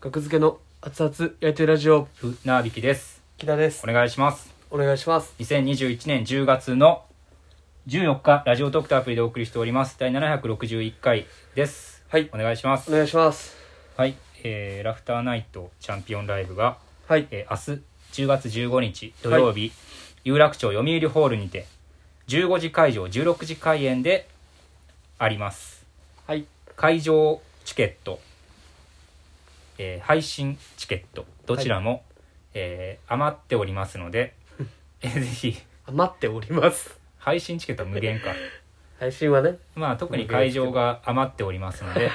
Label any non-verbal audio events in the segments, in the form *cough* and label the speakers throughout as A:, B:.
A: 学付けの熱々焼いてるラジオ
B: 船引きです
A: 木田です
B: お願いします
A: お願いします
B: 2021年10月の14日ラジオトークとアプリでお送りしております第761回です
A: はい
B: お願いしま
A: お
B: す
A: 願いします
B: はい、えーラフターナイトチャンピオンライブが、
A: はい
B: えー明日10月15日土曜日、有楽町読売ホールにて15時会場16時開演であります
A: はい
B: 会場チケット、えー配信チケットどちらも、えー余っておりますの
A: *laughs*
B: で、えーぜひ
A: あ待っております
B: 配信チケットは無限か
A: 配信はね、 *laughs*
B: まあ特に会場が余っておりますので、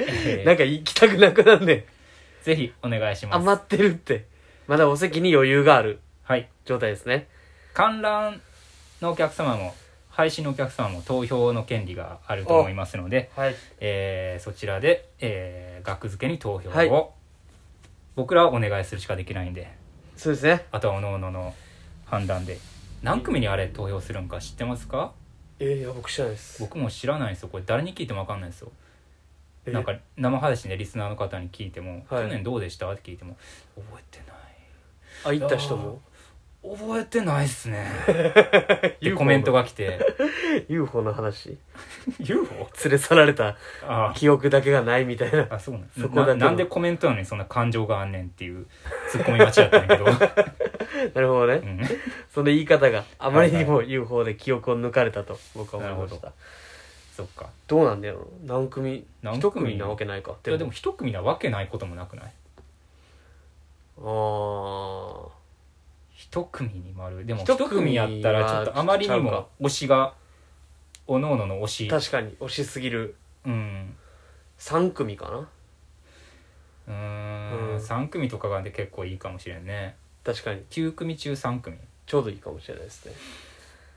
B: えー
A: なんか行きたくなくなんで
B: ぜひお願いします、
A: 余ってるってまだお席に余裕がある
B: はい、
A: 状態ですね
B: 観覧のお客様も配信のお客様も投票の権利があると思いますので、
A: はい
B: えーそちらで、えー、額付けに投票を、
A: はい
B: 僕らはお願いするしかできないんで
A: そうですね
B: あとはおのおのの判断で何組にあれ投票するんか知ってますか
A: えー、いや僕知らないです
B: 僕も知らないんですよこれ誰に聞いても分かんないですよ
A: えー
B: なんか生配信でリスナーの方に聞いても「
A: はい
B: 去年どうでした?」って聞いても「覚えてない
A: あ行った人も
B: 覚えてないっす
A: *laughs*
B: ね」ってコメントが来て
A: UFO の話
B: UFO?
A: 連れ去られた
B: あ
A: 記憶だけがないみたいな
B: ああそうなん
A: そこだけ
B: な
A: の
B: なんでコメントなのにそんな感情があんねんっていうツッコミ待ちだったんだけど、
A: *laughs* *laughs* なるほどね、
B: うん
A: その言い方があまりにも UFO で記憶を抜かれたと僕は思いまし
B: な
A: た
B: そっか
A: どうなんだよ何組
B: 何組
A: 一組なわけないか
B: いやでも一組なわけないこともなくない
A: あ
B: 一組に丸でも
A: 一
B: 一
A: 組
B: 組やったらちょっとあまりに
A: ちょっとちゃう
B: も推しがおのおのの推
A: ー確
B: し
A: かに推しすぎる
B: うん
A: 3組かな
B: うー
A: うん
B: ん3組とかがで結構いいかもしれんね
A: 確かに
B: 9組中3組
A: ちょうどいいかもしれないですね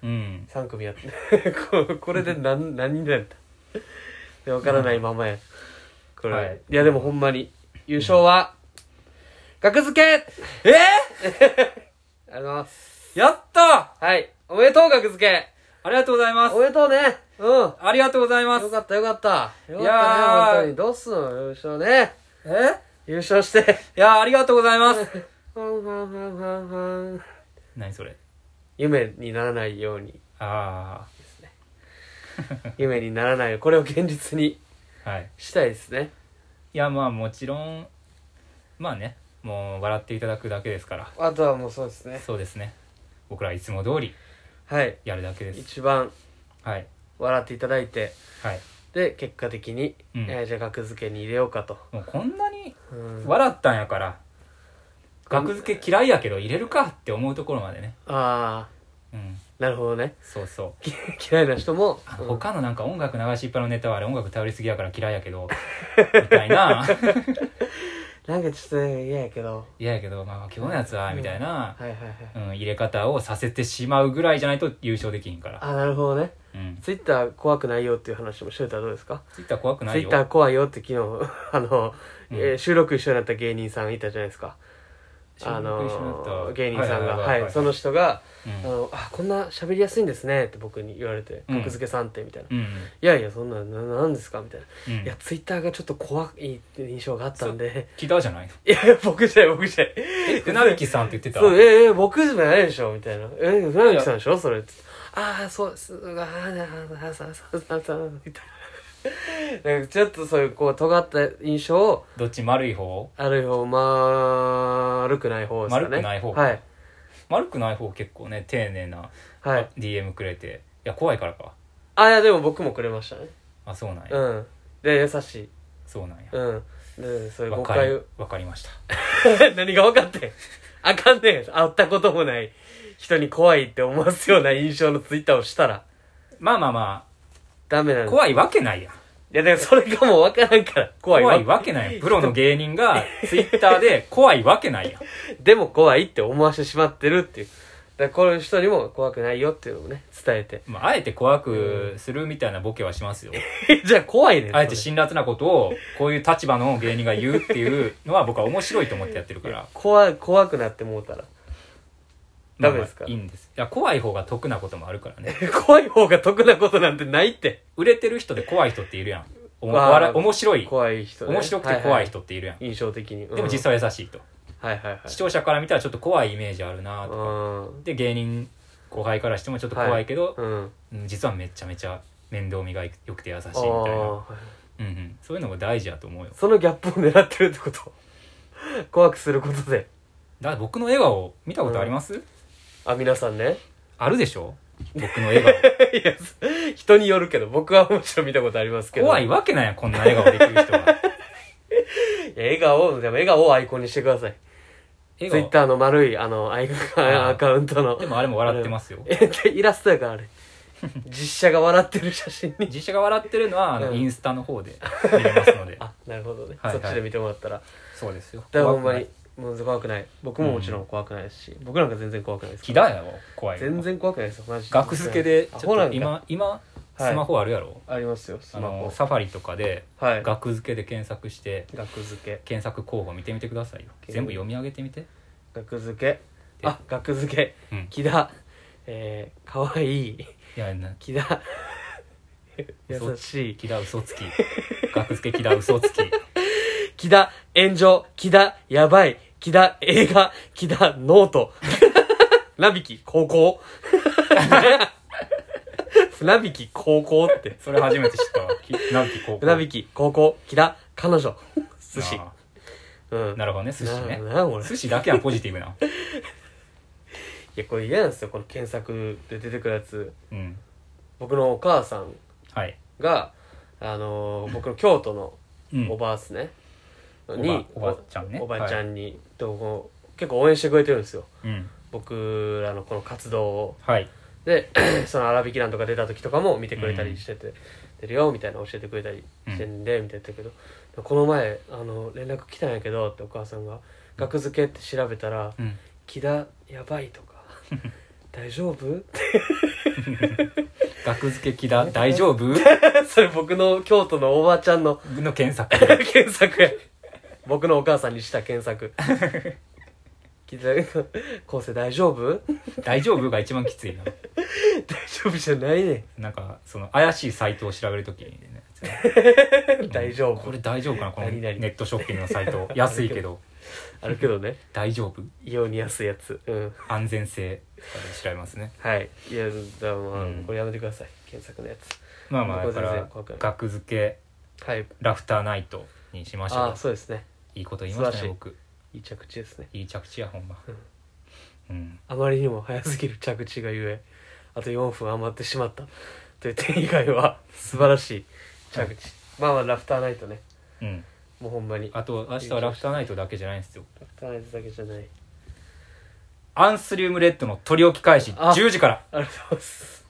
B: うん
A: 3組やって *laughs* ここれで
B: *laughs*
A: 何何人だったでわからないままやこれ、
B: はいい、
A: やでもほんまに優勝は、学付け
B: え
A: ありがとうございます
B: やった
A: はいおめでとう学付け
B: ありがとうございます
A: おめでとうねうん
B: ありがとうございま
A: よ
B: す
A: かったよかった。よか
B: い
A: っ
B: やー
A: たね、本当に。どうすんの優勝ね。
B: え
A: 優勝して。
B: いやありがとうございます
A: *laughs* ふんふんふんふんふん
B: 何それ
A: 夢にならないように。
B: あ
A: 夢にならないように。これを現実に
B: あはい
A: したいですね。
B: いやまあもちろんまあねもう笑っていただくだけですから
A: あとはもうそうですね。
B: そうですね僕らいつも通り
A: はい。
B: やるだけです
A: 一番
B: はい
A: 笑っていただいて、
B: はい
A: で、結果的に、
B: うん
A: えーじゃあ額付けに入れようかと。
B: もうこんなに
A: うん
B: 笑ったんやから額付け嫌いやけど入れるかって思うところまでね
A: ああ、
B: うん
A: なるほどね。 *laughs*
B: そうそう
A: 嫌いな人も、
B: あ
A: う
B: の
A: ん
B: 他のなんか音楽流しっぱのネタはあれ音楽頼りすぎやから嫌いや
A: *laughs*
B: けどみたいな
A: なんかちょっとね嫌やけど。
B: 嫌やけど、まあ、今日のやつはみたいな、
A: はいはいはい。
B: うん入れ方をさせてしまうぐらいじゃないと優勝できひんから、
A: あー、なるほどね。
B: うん、
A: ツイッター怖くないよっていう話もしといたらどうですか
B: ツイッター怖くな
A: ツイ
B: い
A: ッタ
B: よ
A: ー怖いよって昨日 *laughs* あの、
B: うん
A: えー収録一緒になった芸人さんいたじゃないですかあ
B: 収録一緒にな
A: の
B: った
A: 芸人さんが
B: はいはい
A: は
B: はい
A: い
B: はい
A: その人が「
B: う
A: あ
B: ん
A: のあこんな喋りやすいんですね」って僕に言われて「
B: うん
A: 格付けさんって」みたいな「
B: うん
A: いやいやそんなななんですか?」みたいな「
B: う
A: い
B: ん
A: やツイッターがちょっと怖いって印象があったんで
B: 聞いたじゃな
A: *laughs*
B: いの
A: 「いやいや僕じゃない僕じゃない」
B: え船引きさんって言ってた
A: そう、え、え、僕じゃないでしょみたいな。え、船木さんでしょそれ。ああ、そうです。ああ、ああ、そう、そう、そう、そう、みたいな。なんかちょっとそういう、こう、尖った印象を、
B: どっち丸い方
A: ある方、まあ、悪くない方ですかね。
B: 丸くない方
A: はい。
B: 丸くない方結構ね丁寧な
A: はい。
B: DM くれていや怖いからか
A: あ、いや、でも僕もくれましたね。
B: あそうなんや、
A: うん。で、優しい。
B: そうなんや
A: うん。で、そういう誤
B: わか
A: 解
B: り
A: を。
B: わかりました
A: *laughs* 何が分かってんあかんねん。会ったこともない人に怖いって思わすような印象のツイッターをしたら、
B: まあまあま
A: ダメなん
B: あ
A: です。
B: 怖いわけないやん
A: いや、でもそれがもう分からんから、怖いわ
B: 怖いわ
A: *laughs*
B: けないやんプロの芸人がツイッターで怖いわけないやん
A: でも怖いって思わせてしまってるっていう。だからこの人にも怖くないよっていうのをね、伝えて。 *laughs*
B: まあ、あえて怖くするみたいなボケはしますよ。
A: じゃあ怖いねん
B: あえて
A: それ
B: 辛辣なことを、こういう立場の芸人が言うっていうのは僕は面白いと思ってやってるから。
A: 怖い、怖くなってもうたら。 *laughs* ダメですか
B: まあまあいいんです。いや、怖い方が得なこともあるからね。
A: 怖い方が得なことなんてないって。
B: 売れてる人で怖い人っているやん。お
A: わあ
B: も笑面白い
A: 怖い人ね
B: 面白くて怖い人っているやん、
A: 印象的に、うん
B: でも実際は優しいと、
A: はいはいはい
B: 視聴者から見たらちょっと怖いイメージあるなとか、
A: う
B: で芸人後輩からしてもちょっと怖いけど、
A: んうん
B: うん実はめちゃめちゃ面倒見がよくて優しいみ
A: あ
B: たいな、
A: ー
B: うんうん、そういうのも大事だと思うよ
A: そのギャップを狙ってるってこと怖くすることで
B: だ僕の笑顔見たことあります、
A: あ皆さんね
B: あるで
A: *laughs*
B: しょ僕の笑顔
A: いや人によるけど僕はもちろん見たことありますけど
B: 怖いわけないやんこんな笑顔できる人は
A: いや笑顔でも笑顔をアイコンにしてください *laughs* ツイ
B: 笑
A: ッターの丸いあのアイコン
B: あー
A: アカウントの
B: 顔でもあれも笑ってますよ
A: えでイラストやからあ
B: *laughs*
A: れ実写が笑ってる写真に
B: 実写が笑ってるのはあの
A: うん
B: インスタの方で見れますので
A: *laughs* あなるほどね、
B: はいはい
A: そっちで見てもらったら
B: そうですよ
A: だからほん
B: 怖く
A: ま
B: な
A: にも
B: い
A: う怖くない僕ももちろん怖くないですし、僕なんか全然怖くないです
B: 気
A: から
B: だよ怖いの
A: 全然怖くないですよマジ
B: 学付けで
A: ア
B: ち
A: ホ
B: ょ
A: な
B: っ
A: ん
B: と
A: か
B: 今今
A: はい
B: スマホあるやろ、
A: ありますよス
B: あ
A: マ
B: の
A: ホ
B: サファリとかで
A: はい
B: 学付けで検索して
A: 学付け
B: 検索候補見てみてくださいよ
A: 検索
B: 全部読み上げてみて
A: 学付けあ学付け
B: うん
A: 木田えー、かわいい
B: いやな
A: 木
B: *laughs*
A: 田優
B: 嘘
A: しい
B: 木田嘘つき学付け木田
A: *laughs*
B: 嘘つき
A: 木田炎上木田やばい木田映画木田ノート *laughs* 船引き高校 *laughs* 船引き高校って
B: それ初めて知ったわき船引き高校
A: 船引き高校木田彼女寿司
B: あ
A: うん
B: ーなるほどね寿司ね
A: ななん俺
B: 寿司だけはポジティ
A: *laughs*
B: ブな
A: いやこれ嫌なんですよこの検索で出てくるやつ
B: うん
A: 僕のお母さん
B: はい
A: があのー僕の京都の
B: うん
A: おばあっすね、に
B: おばおばちゃんね
A: おばちゃんに、とこう結構応援してくれてるんですよ
B: うん
A: 僕らのこの活動を
B: はい
A: で *clears throat* その「荒引き団」とか出た時とかも見てくれたりしてて「出るよ」みたいな教えてくれたりしてんで、みたいな言ってたけど「この前あの連絡来たんやけど」ってお母さんが「額付け」って調べたら
B: うん
A: 「木田やばい」とか「大丈夫?」 *laughs* って
B: 学付け
A: *laughs*
B: 木田大丈夫
A: それ僕の京都のおばあちゃんの
B: の検索
A: *laughs* 検索や僕のお母さんにした検索木田昴生大丈夫
B: 大丈夫が一番きついな
A: 大丈夫じゃないね
B: なんかその怪しいサイトを調べるときにね
A: ん大丈夫
B: これ大丈夫かなこの
A: 何
B: ネ
A: 々
B: ットショッピングのサイト安いけど
A: あるけどね
B: 大丈夫
A: 異様に安いやつうん
B: 安全性とかで調べますね
A: はいいやだからまあ、
B: うん
A: これやめてください検索のやつ
B: まあまあ
A: 僕
B: だ
A: は全
B: か
A: 然
B: ら
A: 怖くない
B: 額付け
A: はい
B: ラフターナイトにしましょ
A: あ
B: う
A: あそうですね
B: いいこと言いましたね
A: 素
B: 僕
A: いい着地ですね
B: いい着地やほんまうん
A: あまりにも早すぎる着地がゆえあと4分余ってしまったという点以外は素晴らしい着地、
B: はい
A: まあまあラフターナイトね
B: うん
A: もうほんまにラ
B: あと明日はラフターナイトだけじゃないんですよ
A: フターナイトだけじゃない
B: アンスリウムレッドの取り置き開始
A: あ
B: 10時から
A: ありがとうございます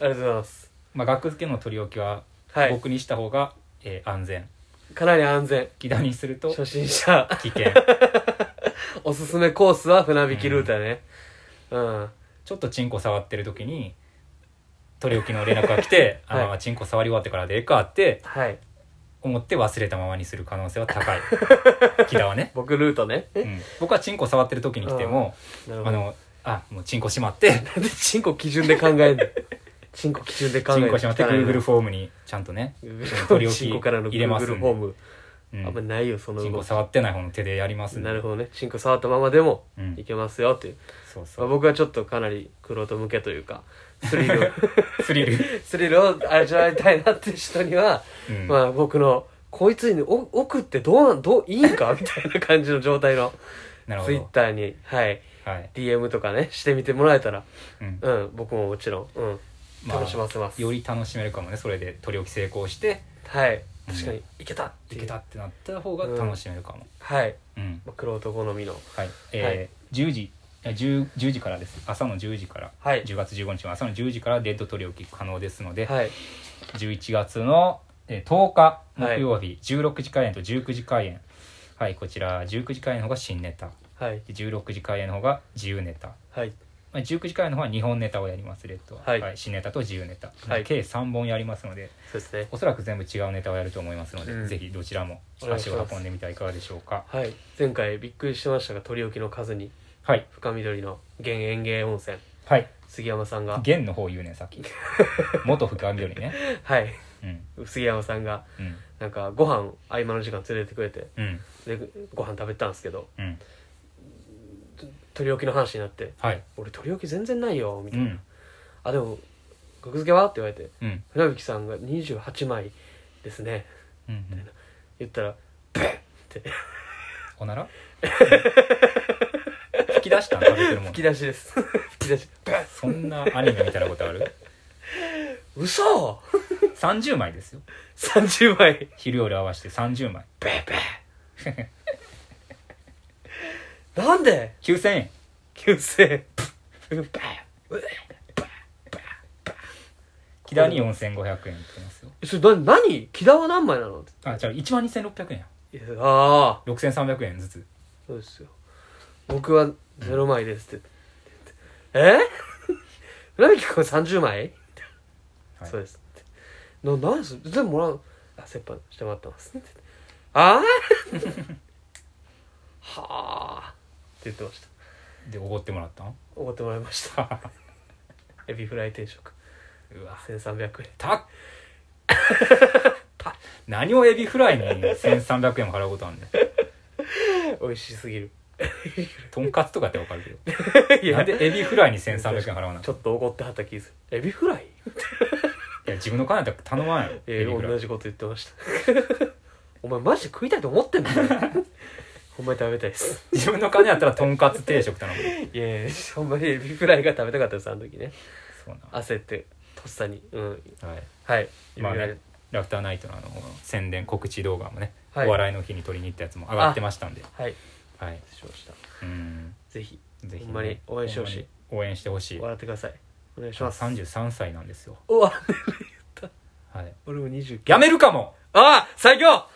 A: ありがとうございます
B: まあ額付けの取り置きは
A: はい
B: 僕にした方がえー安全
A: かなり安全
B: 木田にすると
A: 初心者 *laughs*
B: 危険
A: おすすめコースは船引きルートやねうん
B: ちょっとチンコ触ってる時に取り置きの連絡が来て、
A: はい
B: あのチンコ触り終わってからでええかって
A: はい
B: 思って忘れたままにする可能性
A: *laughs*
B: は高い木田はね、
A: 僕ルートね
B: うん、僕はチンコ触ってる時に来ても
A: なる
B: あのあもうチンコしまって
A: なんでチンコ基準で考えんの
B: *laughs*
A: チンコ基準で考え
B: チ
A: んの
B: ンコしまって
A: 汚いな
B: Google フォームにちゃんとね、
A: Google *laughs* チンコからの
B: 入れます
A: Google フォーム、
B: う
A: あんま
B: ん、
A: ないよその
B: チン
A: 動
B: コ
A: き
B: 触ってない方の手でやりますんで
A: なるほどねチンコ触ったままでも
B: うん
A: いけますよっていう、
B: そう
A: ま
B: そ
A: あ、
B: う
A: 僕はちょっとかなりクロート向けというかスリル
B: *laughs* スリル、
A: スリルを味わいたいなっていう人には、
B: うん
A: まあ僕のこいつにお奥ってどうなんどういいん
B: *laughs*
A: かみたいな感じの状態の
B: なるほ
A: ツイッ
B: ど
A: ターにはい
B: はい、
A: DM とかねしてみてもらえたら
B: うん
A: うん僕ももちろん、うん
B: まあ
A: 楽しませます
B: より楽しめるかもねそれで取り置き成功して
A: はい
B: うん
A: 確かにいけたって
B: い
A: いう
B: けたってなった方が楽しめるかも、
A: はい
B: うん、
A: まあ玄人好みの
B: はい、えー10時あ 10, 10時からです朝の10時から、
A: はい
B: 10月15日の朝の10時からデッド取り置き可能ですので、
A: はい
B: 11月のえー10日
A: はい
B: 木曜日、16時開演と19時開演はいこちら19時開演の方が新ネタ
A: はい
B: で16時開演の方が自由ネタ、
A: はい
B: まあ、19時開演の方は2本ネタをやりますレッドは、
A: はい
B: 新ネタと自由ネタ、
A: はい
B: 計3本やりますので
A: そうですね
B: おそらく全部違うネタをやると思いますので、
A: うん
B: ぜひどちらも
A: お願いし
B: 足
A: ます
B: を運んでみてはいかがでしょうか
A: はい前回びっくりしましたが取り置きの数に
B: はい
A: 深緑の現園芸温泉
B: はい
A: 杉山さんが *laughs*
B: 元の方言うねんさっき元深緑ね
A: はい
B: うん
A: 杉山さんが
B: うん
A: なんかご飯合間の時間連れてくれて
B: うん
A: でご飯食べたんですけど
B: うん
A: 取り置きの話になって
B: はい
A: 「俺取り置き全然ないよ」み
B: う
A: たいな「
B: ん
A: あでも格付けは?」って言われて
B: うん
A: 船引さんが28枚ですね
B: うんうん
A: 言ったら *laughs*
B: おなら吹き出したん食べてるもん
A: 吹き出しです吹き出し
B: そんなアニメ見たらことある
A: 嘘
B: 30枚ですよ
A: !?30 枚
B: 昼夜合わせて30枚
A: なんで
B: 9000円
A: ?9000
B: 木田に4500円ってますよ
A: それな何木田は何枚なの
B: あじゃあ1万2600円や
A: いやああ
B: 6300円ずつ
A: そうですよ僕は0枚ですってえ *laughs* 船引君は30枚、
B: はい
A: そうですってな何です全部もらうあ折半してもらってますってああ *laughs* はあって言ってました
B: でおごっても
A: *laughs*
B: らったん
A: おごってもらいましたエビフライ定食
B: うわ
A: 1300円
B: たっ何をエビフライに1300円も払うことあんねん
A: 美味しすぎる
B: とんかつとかってわかるけ
A: い
B: ど
A: や
B: なんでエビフライに1300円払わな
A: ちょっと怒ってはった気がするエビフライ
B: いや自分の金だったら頼まんやろ
A: え
B: エビフラ
A: 同
B: イ
A: じこと言ってました *laughs* お前マジで食いたいと思ってんの *laughs* ほんまに食べたいです
B: 自分の金だったらとんかつ定食頼む
A: いやいやほんまにエビフライが食べたかったですあの時ね
B: そう
A: 焦ってとっさにうん
B: なはい
A: はい
B: まあね
A: エビフ
B: ラフターナイトのあの宣伝告知動画もね、
A: はい
B: お笑いの日に撮りに行ったやつも上がってましたんで
A: ライはい
B: はい
A: 失礼しました
B: うん
A: ぜひ
B: ぜひね、
A: ほんまに応援してほしい
B: ほんまに応援してほしい
A: 笑ってくださいお願いします
B: 33歳なんですよ
A: うわ
B: はい
A: 俺も29
B: やめるかも
A: ああ最強